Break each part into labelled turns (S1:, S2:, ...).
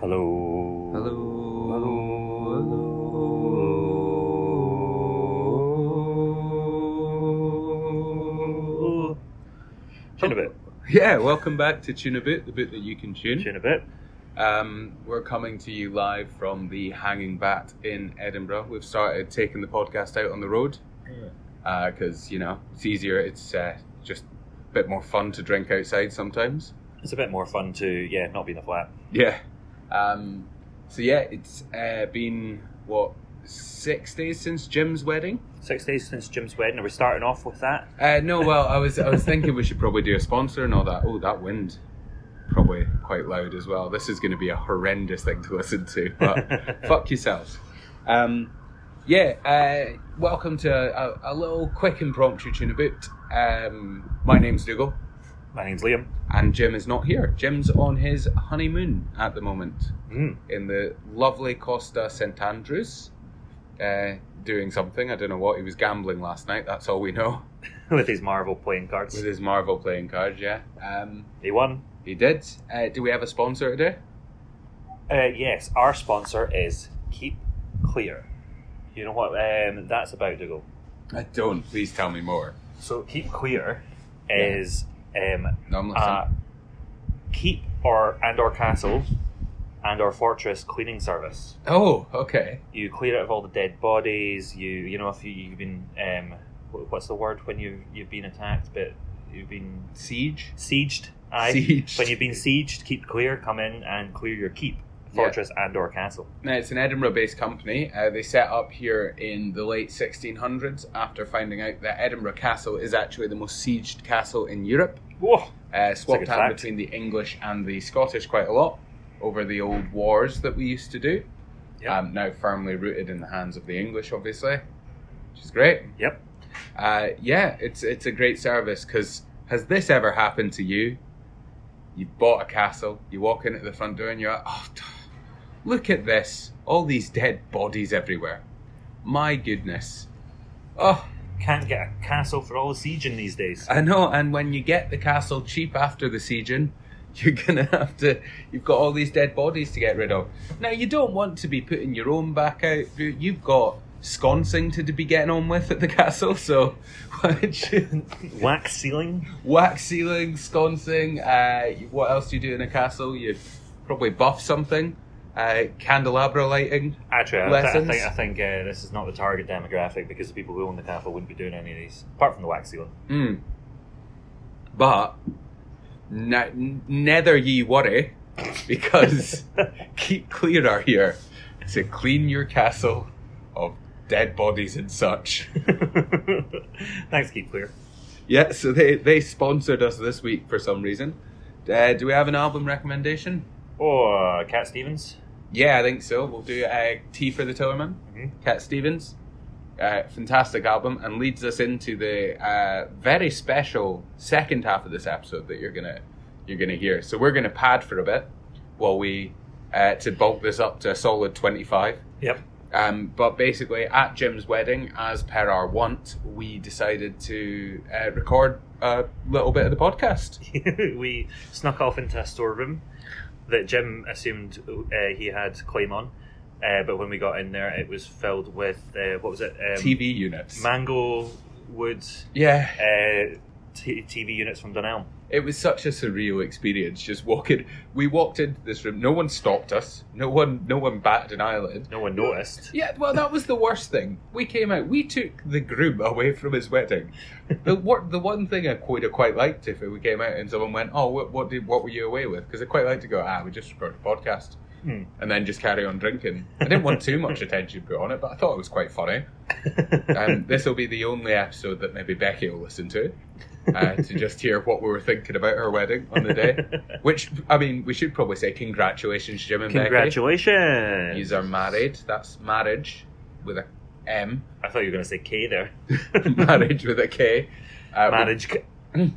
S1: Hello.
S2: Hello.
S1: Hello. Hello. Chin a bit.
S2: Oh, Yeah, welcome back to Tune a Bit, the bit that you can tune.
S1: Chin a bit.
S2: Um, we're coming to you live from the Hanging Bat in Edinburgh. We've started taking the podcast out on the road because, you know, it's easier. It's uh, just a bit more fun to drink outside sometimes.
S1: It's a bit more fun to, yeah, not be in a flat.
S2: Yeah. Um, so, yeah, it's uh, been, what, six days since Jim's wedding?
S1: Six days since Jim's wedding. Are we starting off with that?
S2: Uh, no, well, I was I was thinking we should probably do a sponsor and all that. Oh, that wind, probably quite loud as well. This is going to be a horrendous thing to listen to, but fuck yourselves. Um, yeah, uh, welcome to a, a little quick impromptu tune a bit. Um, my name's Dougal,
S1: My name's Liam.
S2: and Jim is not here. Jim's on his honeymoon at the moment
S1: Mm.
S2: in the lovely Costa St Andrews, uh, doing something. I don't know what he was gambling last night. That's all we know.
S1: With his Marvel playing cards.
S2: With his Marvel playing cards, yeah. Um,
S1: He won.
S2: he did. Uh, do we have a sponsor today?
S1: Uh, yes, our sponsor is Keep Clear. You know what um, that's about, Dougal?
S2: I don't. Please tell me more.
S1: So, Keep Clear
S2: Yeah.
S1: is um,
S2: No, I'm listening.
S1: uh, keep or and or castle and or fortress cleaning service.
S2: oh, okay.
S1: You clear out of all the dead bodies. You you know if you, you've been um, wh- what's the word when you you've been attacked, but you've been
S2: Siege?
S1: sieged. Aye.
S2: Siege.
S1: When you've been sieged, keep clear. Come in and clear your keep,
S2: Yeah.
S1: fortress and or castle.
S2: Now, it's an Edinburgh based company. Uh, they set up here in the late 1600s after finding out that Edinburgh Castle is actually the most sieged castle in Europe.
S1: Whoa.
S2: Uh, swapped
S1: good
S2: out
S1: fact.
S2: between the English and the Scottish quite a lot over the old wars that we used to do.
S1: Yep.
S2: Um, now firmly rooted in the hands of the English, obviously, which is great.
S1: Yep.
S2: Uh, yeah, it's it's a great service because has this ever happened to you? You bought a castle, you walk in at the front door, and you're like, oh, t- look at this, all these dead bodies everywhere. My goodness. Oh,
S1: Can't get a castle for all the sieging these days.
S2: I know. And when you get the castle cheap after the sieging, you're gonna have to. You've got all these dead bodies to get rid of. Now you don't want to be putting your own back out. do you? You've got sconcing to be getting on with at the castle, so why don't you
S1: Wax ceiling.
S2: wax ceiling, sconcing. Uh, what else do you do in a castle? You probably buff something. Uh, candelabra lighting.
S1: Actually, I, th- I
S2: Lessons?
S1: think I think uh, this is not the target demographic because the people who own the castle wouldn't be doing any of these, apart from the wax ceiling.
S2: Hmm. But ne- n- neither ye worry, because keep clear are here to clean your castle of dead bodies and such.
S1: Thanks, keep clear.
S2: Yeah, so they, they sponsored us this week for some reason. Uh, do we have an album recommendation?
S1: Oh, uh, Cat Stevens.
S2: Yeah, I think so. We'll do uh, Tea for the Tillerman,
S1: Mhm.
S2: Cat Stevens. Uh, fantastic album and leads us into the uh, very special second half of this episode that you're gonna you're gonna hear. So we're gonna pad for a bit while we uh, to bulk this up to a solid twenty five.
S1: Yep.
S2: Um, but basically, at Jim's wedding, as per our want, we decided to uh, record a little bit of the podcast.
S1: we snuck off into a storeroom that Jim assumed uh, he had claim on, uh, but when we got in there, it was filled with uh, what was it? Um,
S2: TV units.
S1: Mango wood
S2: yeah.
S1: uh, t- TV units from Dunelm.
S2: It was such a surreal experience. Just walking, we walked into this room. No one stopped us. No one, no one batted an eyelid.
S1: No one noticed.
S2: Yeah, well, that was the worst thing. We came out. We took the groom away from his wedding. The wor- the one thing I quite, I quite liked if we came out and someone went, "Oh, what, what did, what were you away with?" Because I quite like to go, "Ah, we just recorded a podcast,"
S1: Hmm.
S2: and then just carry on drinking. I didn't want too much attention put on it, but I thought it was quite funny. Um, this will be the only episode that maybe Becky will listen to uh, to just hear what we were thinking about her wedding on the day. Which I mean, we should probably say congratulations, Jim and Becky.
S1: Congratulations!
S2: Yous are married. That's marriage with a M,
S1: I thought you were going to say K there.
S2: marriage with a K. Uh, we-
S1: Marriage. K-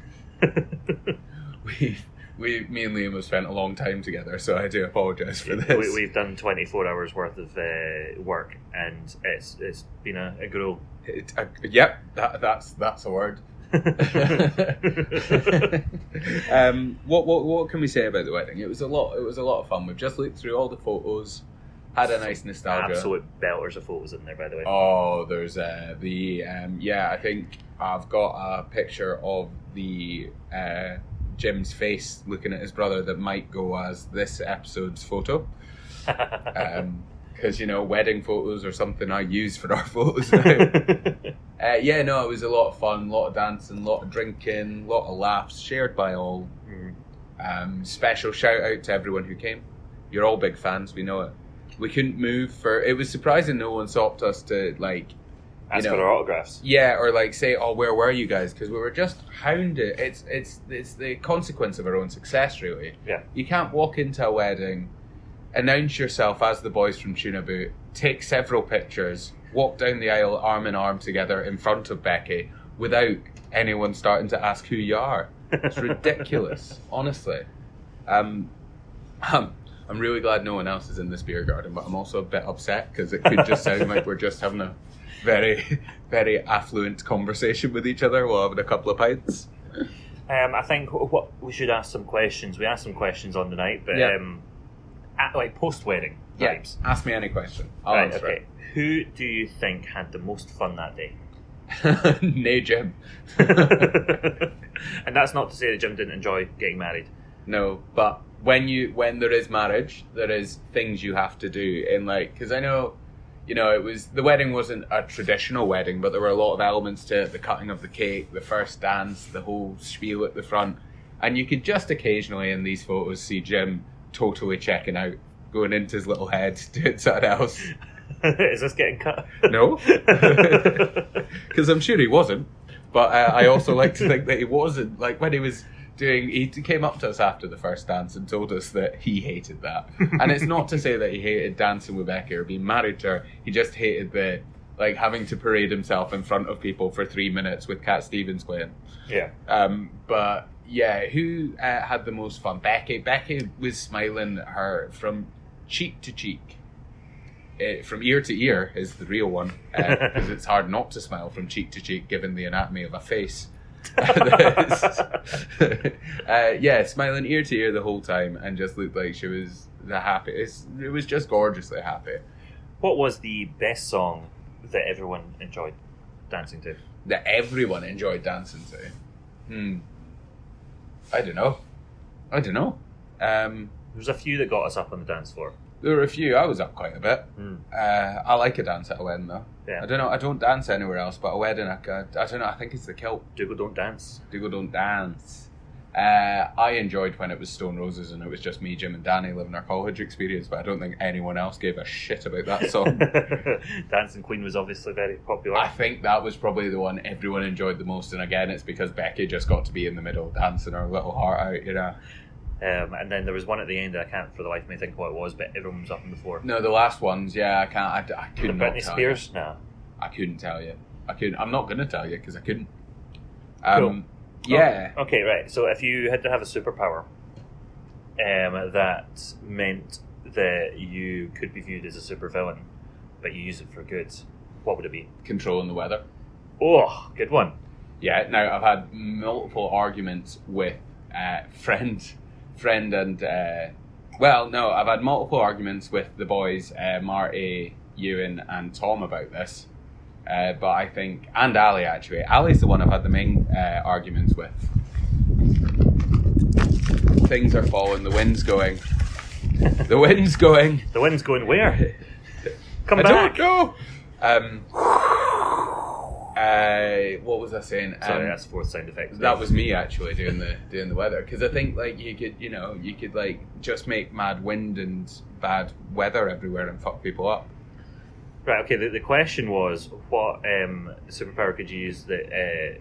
S2: We, we, me and Liam have spent a long time together, so I do apologise for this.
S1: we, we've done 24 hours worth of uh, work and it's it's been a, a gruel.
S2: It, uh, yep, that, that's that's a word. um, what what what can we say about the wedding? It was a lot. It was a lot of fun. We've just looked through all the photos, had a nice nostalgia.
S1: Absolute belters of photos in there, by the way.
S2: Oh, there's uh, the um, yeah. I think I've got a picture of the uh, Jim's face looking at his brother that might go as this episode's photo. Um, because you know wedding photos are something I use for our photos now. uh, yeah, no, it was a lot of fun, a lot of dancing, a lot of drinking, a lot of laughs shared by all.
S1: Mm.
S2: Um, special shout out to everyone who came. You're all big fans, we know it. We couldn't move for it was surprising no one stopped us to like
S1: Ask
S2: know.
S1: for our autographs.
S2: yeah or like say oh where were you guys because we were just hounded. It's it's it's the consequence of our own success really.
S1: Yeah.
S2: You can't walk into a wedding, announce yourself as the boys from Tuna Boot, take several pictures, walk down the aisle arm in arm together in front of Becky without anyone starting to ask who you are. It's ridiculous, honestly. Um, um, I'm really glad no one else is in this beer garden, but I'm also a bit upset because it could just sound like we're just having a very, very affluent conversation with each other while having a couple of pints.
S1: Um, I think wh- what we should ask some questions. We asked some questions on the night, but
S2: Yeah.
S1: um, at, like post wedding vibes.
S2: Ask me any question. I'll
S1: right.
S2: answer
S1: Okay. Who do you think had the most fun that day?
S2: it. Nay, Jim.
S1: and that's not to say that Jim didn't enjoy getting married.
S2: No, but when you when there is marriage, there is things you have to do, and like because I know, you know, it was the wedding wasn't a traditional wedding, but there were a lot of elements to it: the cutting of the cake, the first dance, the whole spiel at the front, and you could just occasionally in these photos see Jim totally checking out, going into his little head, doing something else.
S1: Is this getting cut?
S2: No, because I'm sure he wasn't. But uh, I also like to think that he wasn't. Like when he was doing, he came up to us after the first dance and told us that he hated that. And it's not to say that he hated dancing with Becky or being married to her. He just hated the like having to parade himself in front of people for three minutes with Cat Stevens playing.
S1: yeah.
S2: Um, but yeah, who uh, had the most fun? Becky. Becky was smiling at her from cheek to cheek. Uh, from ear to ear is the real one because it's hard not to smile from cheek to cheek given the anatomy of a face. uh, yeah, smiling ear to ear the whole time and just looked like she was the happiest. It was just gorgeously happy.
S1: What was the best song that everyone enjoyed dancing to?
S2: that everyone enjoyed dancing to. Hmm. I don't know. I don't know. Um,
S1: There was a few that got us up on the dance floor.
S2: there were a few. I was up quite a bit.
S1: Hmm.
S2: Uh, I like a dance at a wedding though.
S1: Yeah.
S2: I don't know. I don't dance anywhere else, but a wedding. I, I, I don't know. I think it's the kilt.
S1: Dougal Don't Dance.
S2: Dougal don't dance. Uh, I enjoyed when it was Stone Roses and it was just me, Jim, and Danny living our college experience, but I don't think anyone else gave a shit about that song.
S1: Dancing Queen was obviously very popular.
S2: I think that was probably the one everyone enjoyed the most, and again, it's because Becky just got to be in the middle dancing her little heart out, you know.
S1: Um, and then there was one at the end that I can't for the life of me think what it was, but everyone was up on the floor.
S2: No, the last ones, yeah, I can't, I, I
S1: The
S2: could not
S1: Britney
S2: tell
S1: Spears? No.
S2: you. I couldn't tell you. I couldn't. I'm not gonna tell you because I couldn't. Um,
S1: Cool.
S2: Yeah,
S1: Oh, Okay, right. So if you had to have a superpower um, that meant that you could be viewed as a supervillain, but you use it for good, what would it be?
S2: controlling the weather.
S1: Oh, good one.
S2: Yeah. Now I've had multiple arguments with uh, friend, friend, and uh, well, no, I've had multiple arguments with the boys, uh, Marty, Ewan, and Tom about this. Uh, but I think, and Ali actually, Ali's the one I've had the main uh, arguments with. Things are falling. The wind's going. The wind's going.
S1: The wind's going where? Come
S2: I
S1: back.
S2: don't know. Um, uh, what was I saying?
S1: Sorry,
S2: Um,
S1: that's fourth sound effect.
S2: that was me actually doing the doing the weather because I think like you could you know you could like just make mad wind and bad weather everywhere and fuck people up.
S1: Right, okay, the, the question was what um, superpower could you use that uh,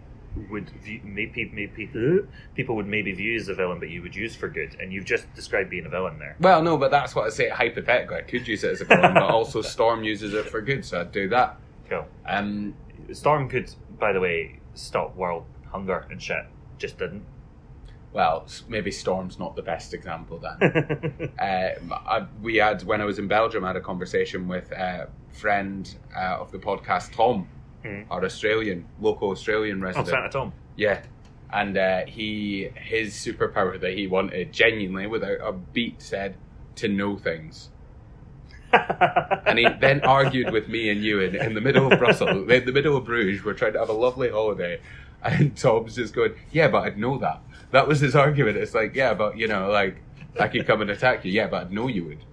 S1: would view, maybe, maybe, people would maybe view as a villain, but you would use for good? And you've just described being a villain there.
S2: Well, no, but that's what I say hypothetically. I could use it as a villain, but also Storm uses it for good, so I'd do that.
S1: Cool.
S2: Um,
S1: Storm could, by the way, stop world hunger and shit. Just didn't.
S2: well, s- maybe Storm's not the best example then. uh, I, we had when I was in Belgium, I had a conversation with a friend uh, of the podcast, Tom,
S1: Hmm.
S2: our Australian local Australian
S1: oh,
S2: resident.
S1: Santa Tom.
S2: Yeah. And uh, he his superpower that he wanted genuinely without a beat said to know things. And he then argued with me and you in, in the middle of Brussels, in the middle of Bruges. We're trying to have a lovely holiday, and Tom's just going, "Yeah, but I'd know that." That was his argument. It's like, "Yeah, but you know, like I could come and attack you. Yeah, but I'd know you would."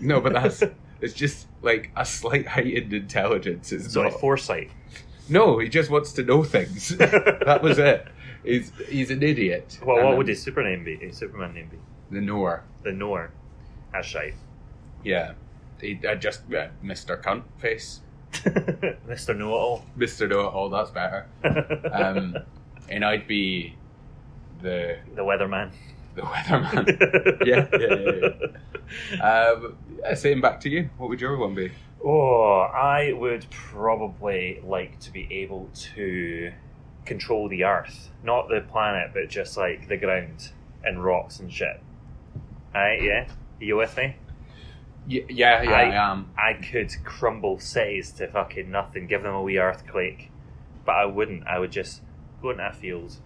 S2: No, but that's it's just like a slight heightened intelligence. It's
S1: Sorry,
S2: not-
S1: foresight.
S2: no, he just wants to know things. that was it. He's he's an idiot.
S1: Well,
S2: Um,
S1: what would his super name be? His Superman name be?
S2: the knower?
S1: The Knower. That's right.
S2: Yeah, he I just uh, Mr. Cunt face,
S1: Mr. Know It All.
S2: Mr. Know It All. That's better. Um, and I'd be the
S1: the Weatherman.
S2: the weatherman. Yeah, yeah, um, yeah, same back to you. What would your one be?
S1: Oh, I would probably like to be able to control the Earth, not the planet, but just like the ground and rocks and shit. Alright, yeah, you with me?
S2: Y- yeah, yeah, I,
S1: I-
S2: am.
S1: I could crumble cities to fucking nothing, give them a wee earthquake, but I wouldn't. I would just go into a field,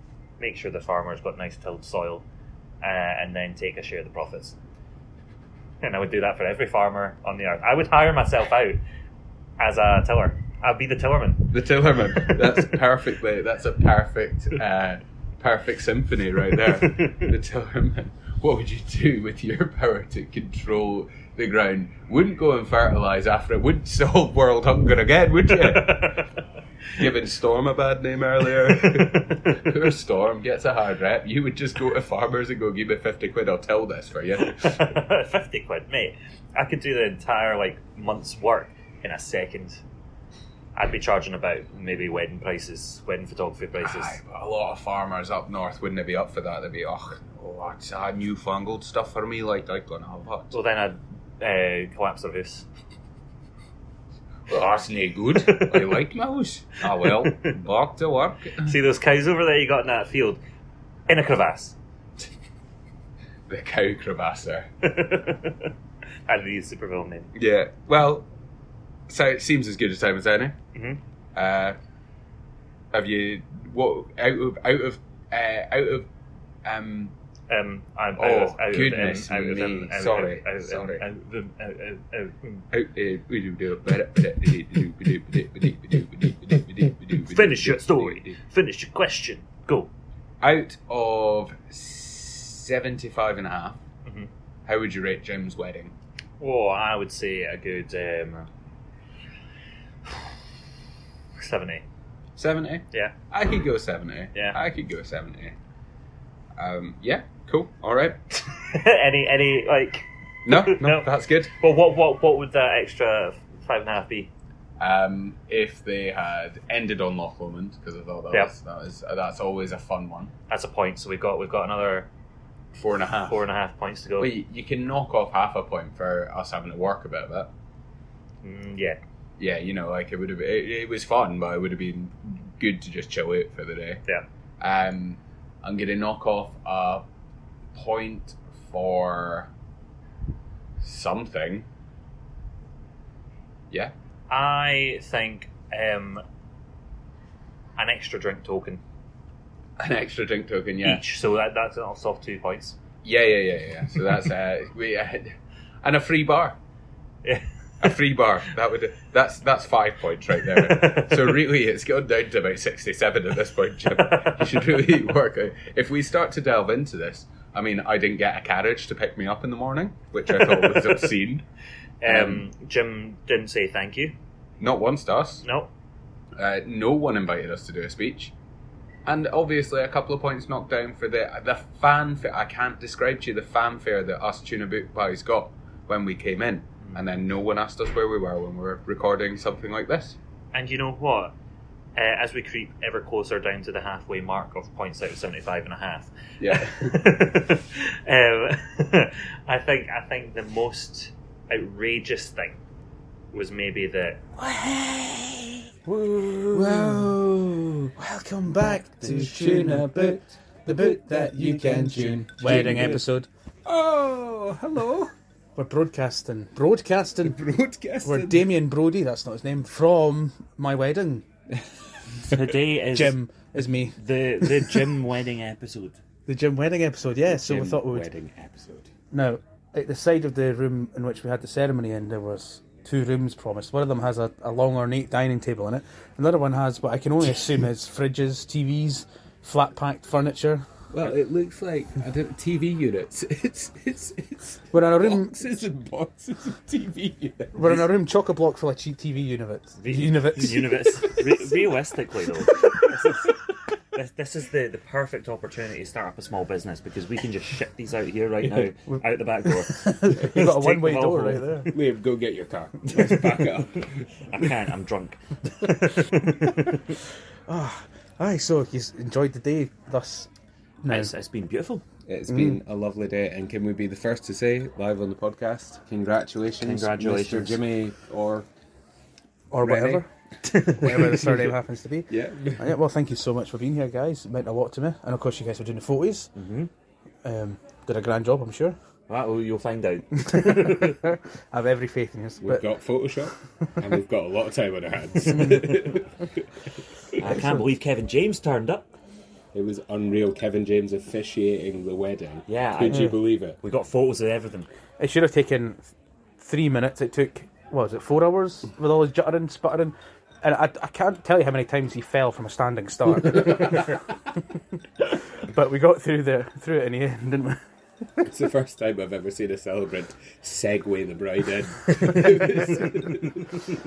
S1: make sure the farmer's got nice tilled soil, uh, and then take a share of the profits. And I would do that for every farmer on the earth. I would hire myself out as a tiller. I'd be the tillerman.
S2: The Tillerman. That's perfectly. That's a perfect, uh, perfect symphony right there. the Tillerman. What would you do with your power to control the ground? Wouldn't go and fertilise after it. Wouldn't solve world hunger again, would you? Giving Storm a bad name earlier. Poor Storm gets a hard rep. You would just go to farmers and go, give me 50 quid, I'll tell this for you.
S1: 50 quid, mate. I could do the entire like month's work in a second. I'd be charging about maybe wedding prices, wedding photography prices.
S2: Aye, but a lot of farmers up north wouldn't be up for that. They'd be, oh, oh it's a newfangled stuff for me. Like, oh, I'm going to have that.
S1: Well, then I'd uh, collapse their house.
S2: Well, that's no good. I like my house. Ah, well, back to work.
S1: See those cows over there you got in that field? In a crevasse.
S2: The cow crevasser.
S1: I'd be a supervillain name.
S2: Yeah. Well, so it seems as good a time as any.
S1: Mhm.
S2: Uh, have you, what, out of, out of, uh, out of, um,
S1: Um, I'm
S2: Oh,
S1: out of- out of-
S2: goodness
S1: out of- um, out of-
S2: me.
S1: out of-
S2: Sorry,
S1: out of-
S2: sorry.
S1: out of- out of- out of-
S2: out, uh, we do do it.
S1: Finish your story. Finish your question. Go.
S2: out of 75 and a half,
S1: Mhm.
S2: how would you rate Jim's wedding?
S1: Well, Oh, I would say a good um, 70.
S2: 70?
S1: Yeah.
S2: I could go 70.
S1: Yeah.
S2: I could go 70. Um, yeah, cool. All right.
S1: any, any, like,
S2: No, no,
S1: No.
S2: that's good.
S1: well, what, what, what would that extra five and a half be?
S2: Um, if they had ended on Loch Lomond, because I thought that,
S1: Yep.
S2: was, that was, uh, that's always a fun one.
S1: That's a point. So we've got, we've got another
S2: Four and a half.
S1: four and a half points to go.
S2: Well, you, you can knock off half a point for us having to work a bit of it.
S1: Mm, yeah.
S2: yeah, you know, like it would have it, it was fun, but it would have been good to just chill out for the day.
S1: Yeah.
S2: Um, I'm gonna knock off a point for something. Yeah.
S1: I think um, an extra drink token
S2: An extra drink token, yeah.
S1: each. So that, that's also off two points.
S2: Yeah, yeah, yeah, yeah, yeah. So that's uh, we uh, and a free bar,
S1: Yeah.
S2: a free bar. That would that's that's five points right there. so really, it's gone down to about sixty-seven at this point, Jim. You should really work out. If we start to delve into this, I mean, I didn't get a carriage to pick me up in the morning, which I thought was obscene.
S1: Um, Jim didn't say thank you.
S2: Not once to us.
S1: No.
S2: Uh, no one invited us to do a speech, and obviously a couple of points knocked down for the the fanfare. I can't describe to you the fanfare that us tuna boot pies got when we came in, and then no one asked us where we were when we were recording something like this.
S1: And you know what? Uh, as we creep ever closer down to the halfway mark of points out of 75 and a half,
S2: Yeah.
S1: um, I think I think the most outrageous thing was maybe that
S3: Whoa! Welcome back to Tuna Boot, the boot that you can tune.
S4: Wedding episode.
S3: Oh, hello.
S4: We're broadcasting. Broadcasting.
S3: Broadcasting.
S4: We're Damien Brody, that's not his name, from my wedding.
S1: today is
S4: Jim is me.
S5: The the Jim wedding episode.
S4: The Jim wedding episode, yeah. So
S5: Jim
S4: we thought we would.
S5: wedding episode.
S4: Now, at the side of the room in which we had the ceremony in, there was two rooms promised. One of them has a, a long ornate dining table in it. Another one has what I can only assume is fridges, TVs, flat packed furniture.
S6: Well, it looks like I don't, TV units. It's it's it's
S4: We're in a room.
S6: boxes and boxes of TV units.
S4: We're in a room chock a block full of cheap TV units. Units.
S1: Universe. Re- realistically, though, this is, this, this is the, the perfect opportunity to start up a small business because we can just ship these out here right now, out the back door.
S4: You've got a
S1: Take
S4: one way
S1: them all
S4: door
S1: home.
S4: right there.
S6: Liam, go get your car. Let's back up.
S1: I can't. I'm drunk.
S4: Aye, so you enjoyed the day thus. No.
S1: It's, it's been beautiful.
S6: It's been a lovely day, and can we be the first to say live on the podcast? Congratulations, Mr.
S1: Congratulations.
S6: Jimmy, or
S4: or
S6: Rennie.
S4: whatever. whatever the surname happens to be.
S6: yeah,
S4: Uh, yeah, well, thank you so much for being here, guys. It meant a lot to me. And of course, you guys were doing the 40s. Mm-hmm. Um, did a grand job, I'm sure.
S1: Well, oh, you'll find out.
S4: I have every faith in you.
S6: we've
S4: But
S6: got Photoshop, and we've got a lot of time on our hands.
S1: I can't believe Kevin James turned up.
S6: it was unreal. Kevin James officiating the wedding.
S1: Yeah,
S6: could
S1: I-
S6: you believe it?
S1: We got photos of everything.
S4: it should have taken three minutes. It took, what was it, four hours with all his juttering, sputtering. And I, I can't tell you how many times he fell from a standing start. but we got through the through it in the end, didn't we?
S6: It's the first time I've ever seen a celebrant segue the bride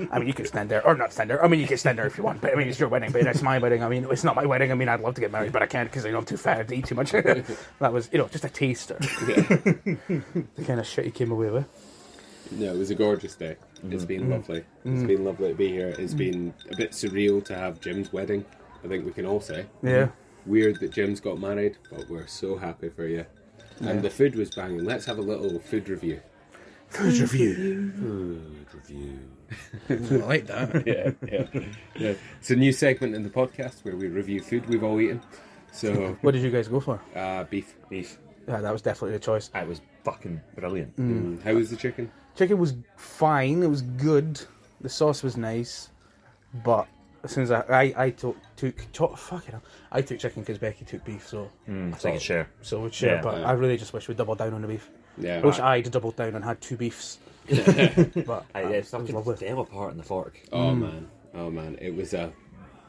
S6: in.
S4: I mean, you could stand there, or not stand there. I mean, you could stand there if you want, but I mean, it's your wedding, but it's my wedding. I mean, it's not my wedding. I mean, I'd love to get married, but I can't because you know, I'm too fat to eat too much. that was, you know, just a taster. the kind of shit you came away with.
S6: No, it was a gorgeous day. It's
S1: Mm.
S6: been lovely. It's been lovely to be here. It's been a bit surreal to have Jim's wedding. I think we can all say.
S4: Yeah.
S6: Weird that Jim's got married, but we're so happy for you. And the food was banging. Let's have a little food review.
S4: Food review.
S7: I like that.
S6: Yeah, yeah. yeah. It's a new segment in the podcast where we review food we've all eaten. So,
S4: What did you guys go for?
S6: uh, beef.
S1: Beef.
S4: Yeah, that was definitely the choice.
S1: It was fucking brilliant.
S4: Mm.
S6: How was the chicken?
S4: Chicken was fine. It was good. The sauce was nice, but as soon as I I, I took took cho- fucking hell, I took chicken because Becky took beef, so
S1: Mm, so I can share.
S4: so we'd share.
S1: Yeah.
S4: but I really just wish we doubled down on the beef.
S6: Yeah.
S4: I wish I'd doubled down and had two beefs. but
S1: I,
S4: uh,
S1: yeah,
S4: that was
S1: fucking
S4: lovely.
S1: fell apart in the fork.
S6: Oh man, oh man, it was a,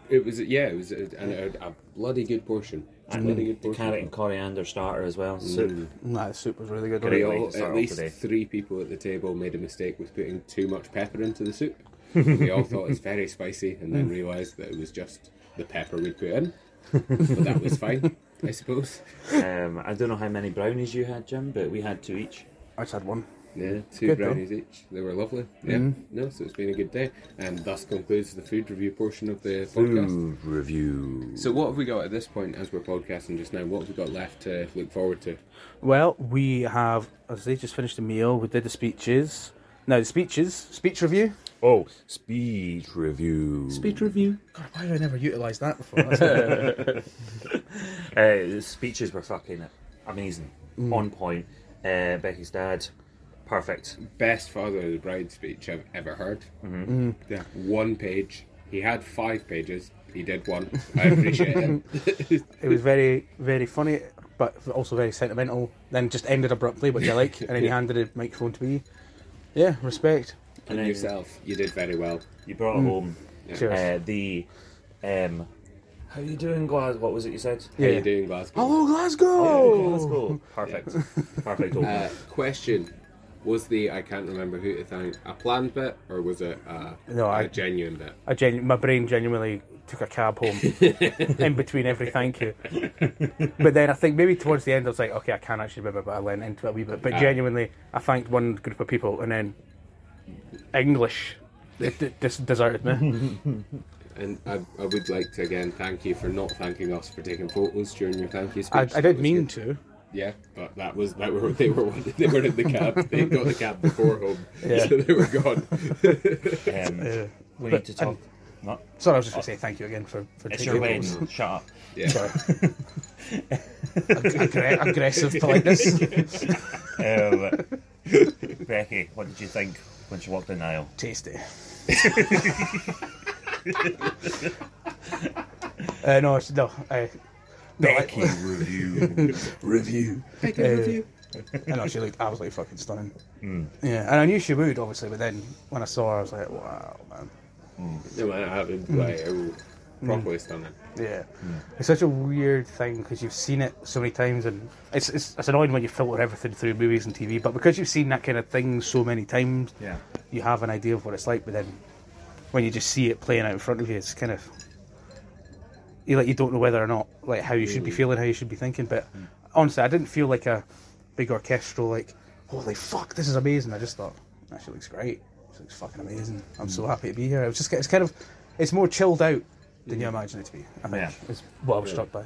S6: it was a, yeah, it was a, an, a, a bloody good portion.
S4: Mm.
S1: And
S6: bloody good
S1: the
S6: portion.
S1: carrot and coriander starter as well. Soup.
S4: Nah, the soup was really good.
S1: Great.
S6: They
S1: way to
S6: all-
S1: start
S6: at
S1: off
S6: least
S1: the day.
S6: three people at the table made a mistake with putting too much pepper into the soup. we all thought it's very spicy, and then realised that it was just the pepper we put in. but that was fine, I suppose.
S1: Um, I don't know how many brownies you had, Jim, but we had two each.
S4: I just had one.
S6: Yeah, two
S4: Good though. Mm-hmm.
S6: brownies each. They were lovely. Yeah, no, so it's been a good day, and thus concludes the food review portion of the podcast.
S4: Mm.
S1: review.
S6: So what have we got at this point as we're podcasting just now? What have we got left to look forward to?
S4: Well, we have, as they just finished the meal, we did the speeches. Now, the speeches, speech review.
S1: Oh, speech review.
S6: Speech review.
S4: God, why have I never utilised that before? That's-
S1: Uh, the speeches were fucking amazing, on point. Uh, Becky's dad, perfect.
S6: Best father of the bride speech I've ever heard. Mm-hmm. Yeah, one page. He had five pages. He did one. I appreciate him.
S4: it was very, very funny, but also very sentimental. Then just ended abruptly, which I like. And then he handed the microphone to me. Yeah, respect.
S6: And yourself, you did very well.
S1: You brought it home.
S4: Cheers.
S1: Uh, the, um, how you doing, Glad? What was it you said?
S6: How
S4: Yeah. Oh.
S6: you doing, Glasgow?
S4: Hello, Glasgow.
S1: Let's go. Perfect. Perfect. opener.
S6: Uh, question: Was the I can't remember who to thank a planned bit or was it a,
S4: No,
S6: a
S4: I-
S6: genuine bit?
S4: I genu- my brain genuinely took a cab home in between every thank you. But then I think maybe towards the end I was like, okay, I can't actually remember, but I went into it a wee bit. But genuinely, I thanked one group of people, and then English it d- just deserted me.
S6: And I, I would like to again thank you for not thanking us for taking photos during your thank you speech.
S4: I, I
S6: That
S4: did
S6: was
S4: mean
S6: good.
S4: to.
S6: Yeah, but that was that were they were they were in the cab. They got the cab before home,
S4: Yeah.
S6: so they were gone.
S1: Um, we need to talk. No,
S4: Sorry, I was just going to say thank you again for for
S1: Oh. it's your
S4: taking photos.
S1: wedding. Shut up.
S6: Yeah,
S4: Aggre- aggressive politeness.
S1: Um, Becky, what did you think when she walked down the aisle?
S4: Tasty. Uh, no, it's- no. Uh,
S1: Becky review. review.
S4: uh, I know she looked absolutely fucking stunning.
S1: Hmm.
S4: Yeah, and I knew she would obviously, but then when I saw her, I was like, wow, man.
S8: No, man, I haven't.
S6: Hmm.
S8: Like, oh, properly stunning.
S4: Yeah, it's such a weird thing because you've seen it so many times, and it's, it's it's annoying when you filter everything through movies and TV. But because you've seen that kind of thing so many times,
S9: Yeah.
S4: you have an idea of what it's like. But then when you just see it playing out in front of you, it's kind of you like you don't know whether or not like how you should
S1: Mm.
S4: be feeling, how you should be thinking. But honestly, I didn't feel like a big orchestral like holy fuck, this is amazing. I just thought that she looks great. She looks fucking amazing. I'm so
S1: Mm.
S4: happy to be here. It was just it's kind of it's more chilled out than you imagine it to be. I think
S1: Mm. Yeah.
S4: is what I was struck by.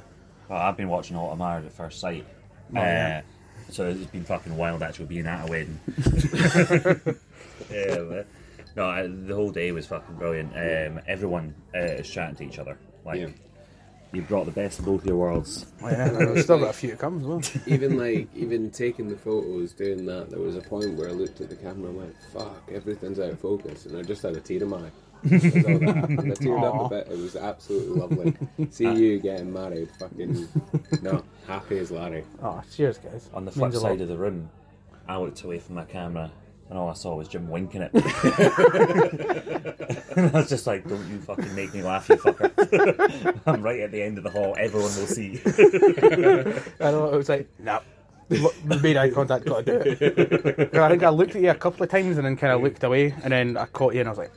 S1: Well, I've been watching Autumn Marriage at First Sight. uh,
S4: yeah.
S1: So it's been fucking wild actually being at a wedding. yeah, but, no, I, the whole day was fucking brilliant. Um, everyone uh, is chatting to each other. Like,
S8: Yeah.
S1: you brought the best of both your worlds.
S4: Oh, yeah, and I've still got a few to come as well.
S6: even like even taking the photos, doing that, there was a point where I looked at the camera and went, "Fuck, everything's out of focus," and I just had a tear in my eye. That was all that. And I teared up a bit. It was absolutely lovely. See you getting married, fucking no, happy as Larry.
S4: Oh, cheers, guys.
S1: On the
S4: Means
S1: flip
S4: a lot.
S1: side of the room, I looked away from my camera and all I saw was Jim winking at me. and I was just like, don't you fucking make me laugh, you fucker. I'm right at the end of the hall, everyone will see.
S4: I know. It was like, no. Made eye contact, got to do it. 'Cause I think I looked at you a couple of times and then kind of looked away, and then I caught you and I was like,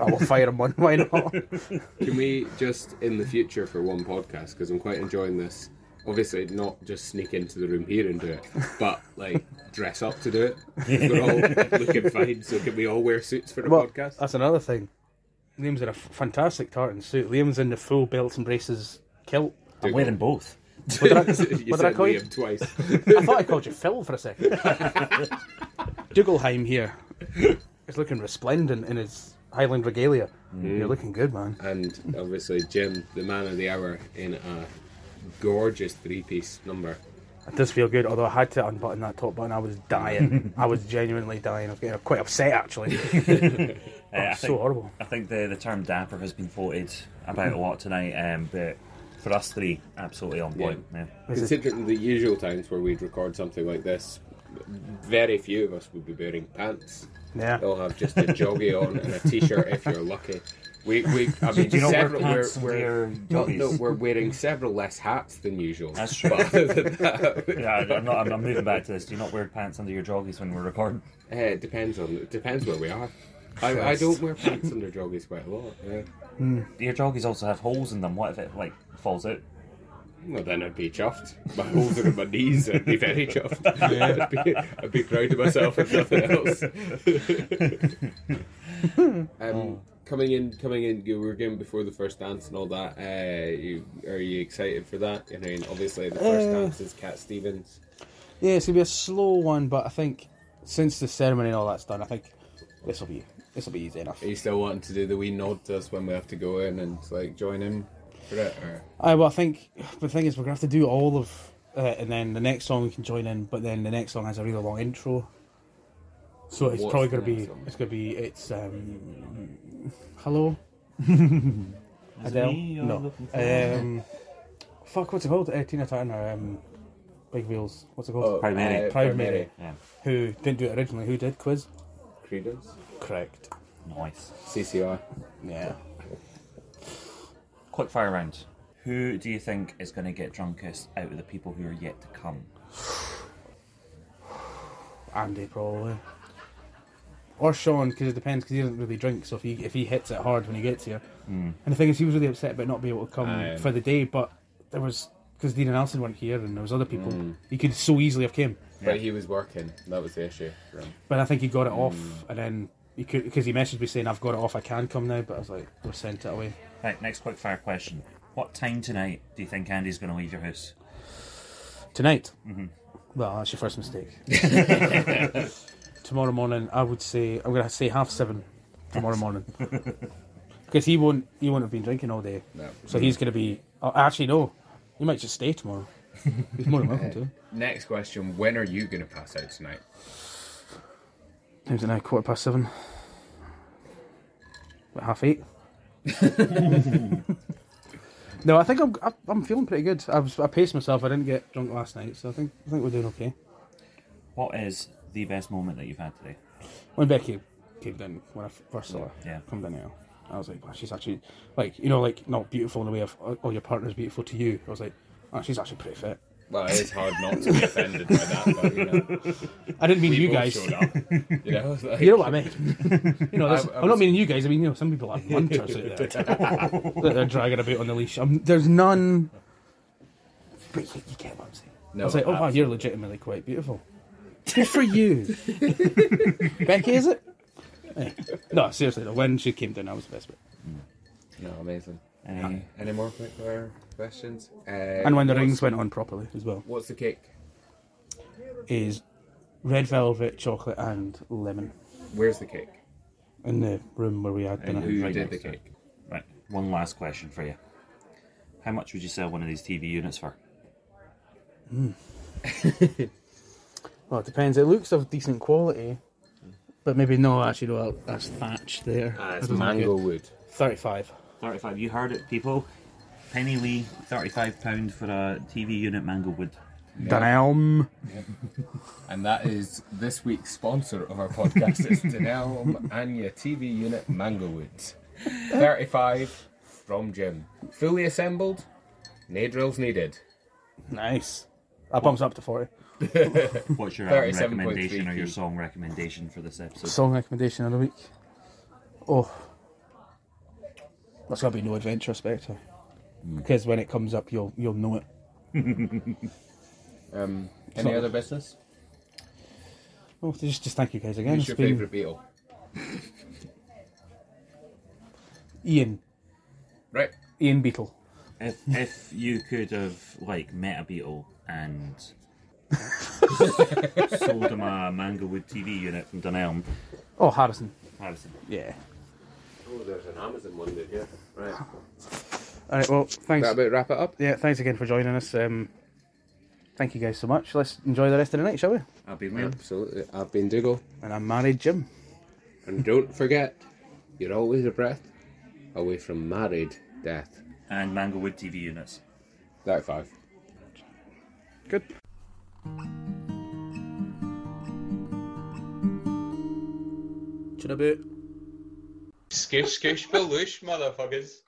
S4: I will fire him one, why not?
S6: Can we just in the future for one podcast? Because I'm quite enjoying this. Obviously, not just sneak into the room here and do it, but like dress up to do it. We're all looking fine, so can we all wear suits for the
S4: Well,
S6: podcast?
S4: that's another thing. Liam's in a f- fantastic tartan suit. Liam's in the full belts and braces kilt.
S1: I'm wearing both.
S4: What did I,
S6: you
S4: what did I
S6: said
S4: call you?
S6: Liam twice.
S4: I thought I called you Phil for a second. Dugelheim here is looking resplendent in his Highland regalia. You're looking good, man.
S6: and obviously Jim, the man of the hour, in a gorgeous three-piece number.
S4: It does feel good, although I had to unbutton that top button. I was dying. I was genuinely dying. I was getting quite upset, actually.
S1: Uh, I
S4: It's Oh, so horrible.
S1: I think the, the term dapper has been floated about a lot tonight, um, but for us three, absolutely on point. Yeah.
S6: Considering the usual times where we'd record something like this, very few of us would be wearing pants.
S4: Yeah.
S6: They'll have just a joggy on and a t-shirt if you're lucky. We, we I mean,
S1: you not wear
S6: several, we're,
S1: pants and
S6: we're,
S1: wear
S6: no, no,
S1: joggies?
S6: we're wearing several less hats than usual.
S1: That's true.
S6: But other than that,
S1: Yeah, I'm, not, I'm, I'm moving back to this. Do you not wear pants under your joggies when we're recording?
S6: eh, it depends on it depends where we are. I, I don't wear pants under joggies quite a lot. Yeah.
S1: Your joggies also have holes in them. What if it like falls out?
S6: Well, then I'd be chuffed. My holes are in my knees. I'd be very chuffed. I'd, be, I'd be proud of myself if nothing else. um, coming in, coming in. You were going before the first dance and all that. Uh, you, are you excited for that? I mean, obviously the first
S4: Uh,
S6: dance is Cat Stevens.
S4: Yeah, it's gonna be a slow one, but I think since the ceremony and all that's done, I think this will be this will be easy enough.
S6: Are you still wanting to do the wee nod to us when we have to go in and like join him for it? Or?
S4: I well, I think the thing is we're gonna have to do all of, uh, and then the next song we can join in, but then the next song has a really long intro, so it's
S6: What's
S4: probably
S6: the
S4: gonna be
S6: next song?
S4: it's gonna be it's um, hello, Adele,
S1: you're
S4: no, um, fuck, what's it called? Uh, Tina Turner, um, Big Wheels, what's it
S6: Oh,
S4: called?
S1: Proud
S6: uh,
S1: Mary.
S4: Proud Mary.
S1: Yeah,
S4: Who didn't do it originally? Who did quiz?
S6: Credence,
S4: Correct.
S1: nice.
S6: CCR.
S4: Yeah.
S1: Quick fire round. Who do you think is going to get drunkest out of the people who are yet to come?
S4: Andy probably, or Sean because it depends because he doesn't really drink. So if he if he hits it hard when he gets here, mm. and the thing is he was really upset about not being able to come
S6: Aye.
S4: for the day, but there was because Dean and Alison weren't here and there was other people, he could so easily have came,
S6: But he was working. That was the issue. For him.
S4: but I think he got it off and then. He could because he messaged me saying I've got it off. I can come now, but I was like, we sent it away.
S1: Right, next quick fire question. What time tonight do you think Andy's going to leave your house?
S4: Tonight? Mm-hmm. Well, that's your first mistake. tomorrow morning, I would say I'm gonna say half seven tomorrow morning because he won't he won't have been drinking all day.
S6: No.
S4: So he's gonna be. Oh, actually, no, he might just stay tomorrow. He's more than welcome to.
S6: Next question: When are you going to pass out tonight?
S4: Time's it now? Quarter past seven. About half eight. No, I think I'm I- I'm feeling pretty good. I, was, I paced myself. I didn't get drunk last night, so I think I think we're doing okay.
S1: What is the best moment that you've had today?
S4: When Becky came down, when I f- first saw her
S1: Yeah.
S4: come down here, I was like, wow, she's actually like you know like not beautiful in the way of oh, oh, your partner's beautiful to you. I was like, oh, she's actually pretty fit.
S6: Well, it's hard not to be offended by that, but you know,
S4: I didn't mean
S6: we
S4: you
S6: both
S4: guys.
S6: showed up. You know, like,
S4: You know what I mean? you know, that's,
S10: I- I
S4: I, am
S10: was-
S4: not meaning you guys. I mean, you know, some people have munters out there that they're dragging about on the leash. Um, there's none. But you, you get what I'm saying.
S10: No,
S4: I was like, oh wow, you're legitimately quite beautiful. Good for you, Becky. Is it? Eh. No, seriously. though, When she came down, I was the best. bit.
S6: no, amazing.
S1: Any,
S6: Any more quick fire questions? Uh,
S4: And when the
S6: what's-
S4: rings went on properly as well,
S6: What's the cake?
S4: is red velvet, chocolate, and lemon
S6: Where's the cake?
S4: in the room where we had dinner.
S6: And who
S1: right
S6: did the
S1: next to it.
S6: cake?
S1: right, one last question for you. How much would you sell one of these TV units for?
S4: Well, it depends. It looks of decent quality, but maybe no. Actually, no. That's thatch there.
S6: Uh, it's
S4: That doesn't look
S6: mango
S4: good.
S6: wood.
S4: Thirty-five.
S1: 35. You heard it, people. Penny Lee, £35 pound for a TV unit, Mango Wood.
S4: Damn.
S6: And that is this week's sponsor of our podcast. It's Denelm Anya TV unit Mango Woods. 35 from Jim. Fully assembled, no drills needed.
S4: Nice. That bumps up to forty.
S1: What's your album
S6: 37.3p.
S1: recommendation or your song recommendation for this episode?
S4: Song recommendation of the week. Oh, that's got to be No Adventure Spectre,
S6: Mm.
S4: because when it comes up, you'll you'll know it.
S6: Um, any
S4: So-
S6: other business?
S4: Oh, just just thank you guys again. It's
S6: Who's your
S4: been
S6: favourite Beatle?
S4: Ian
S6: Right.
S4: Ian Beetle.
S1: If, if you could have like met a beetle and sold him a Manglewood TV unit from Dunelm,
S4: Oh, Harrison.
S1: Harrison.
S4: Yeah.
S6: Oh, there's an Amazon one there, yeah. Right.
S4: All right. Well, thanks.
S6: That about wrap it up?
S4: Yeah. Thanks again for joining us. Um, thank you guys so much. Let's enjoy the rest of the night, shall we?
S1: I'll be Liam.
S6: Absolutely. I've been Diggle.
S4: And I'm married, Jim.
S6: And don't forget, you're always a breath away from married death.
S1: And Manglewood TV units.
S6: 35.
S4: Good. Chinaboot.
S2: Skoosh, skoosh, baloosh, motherfuckers.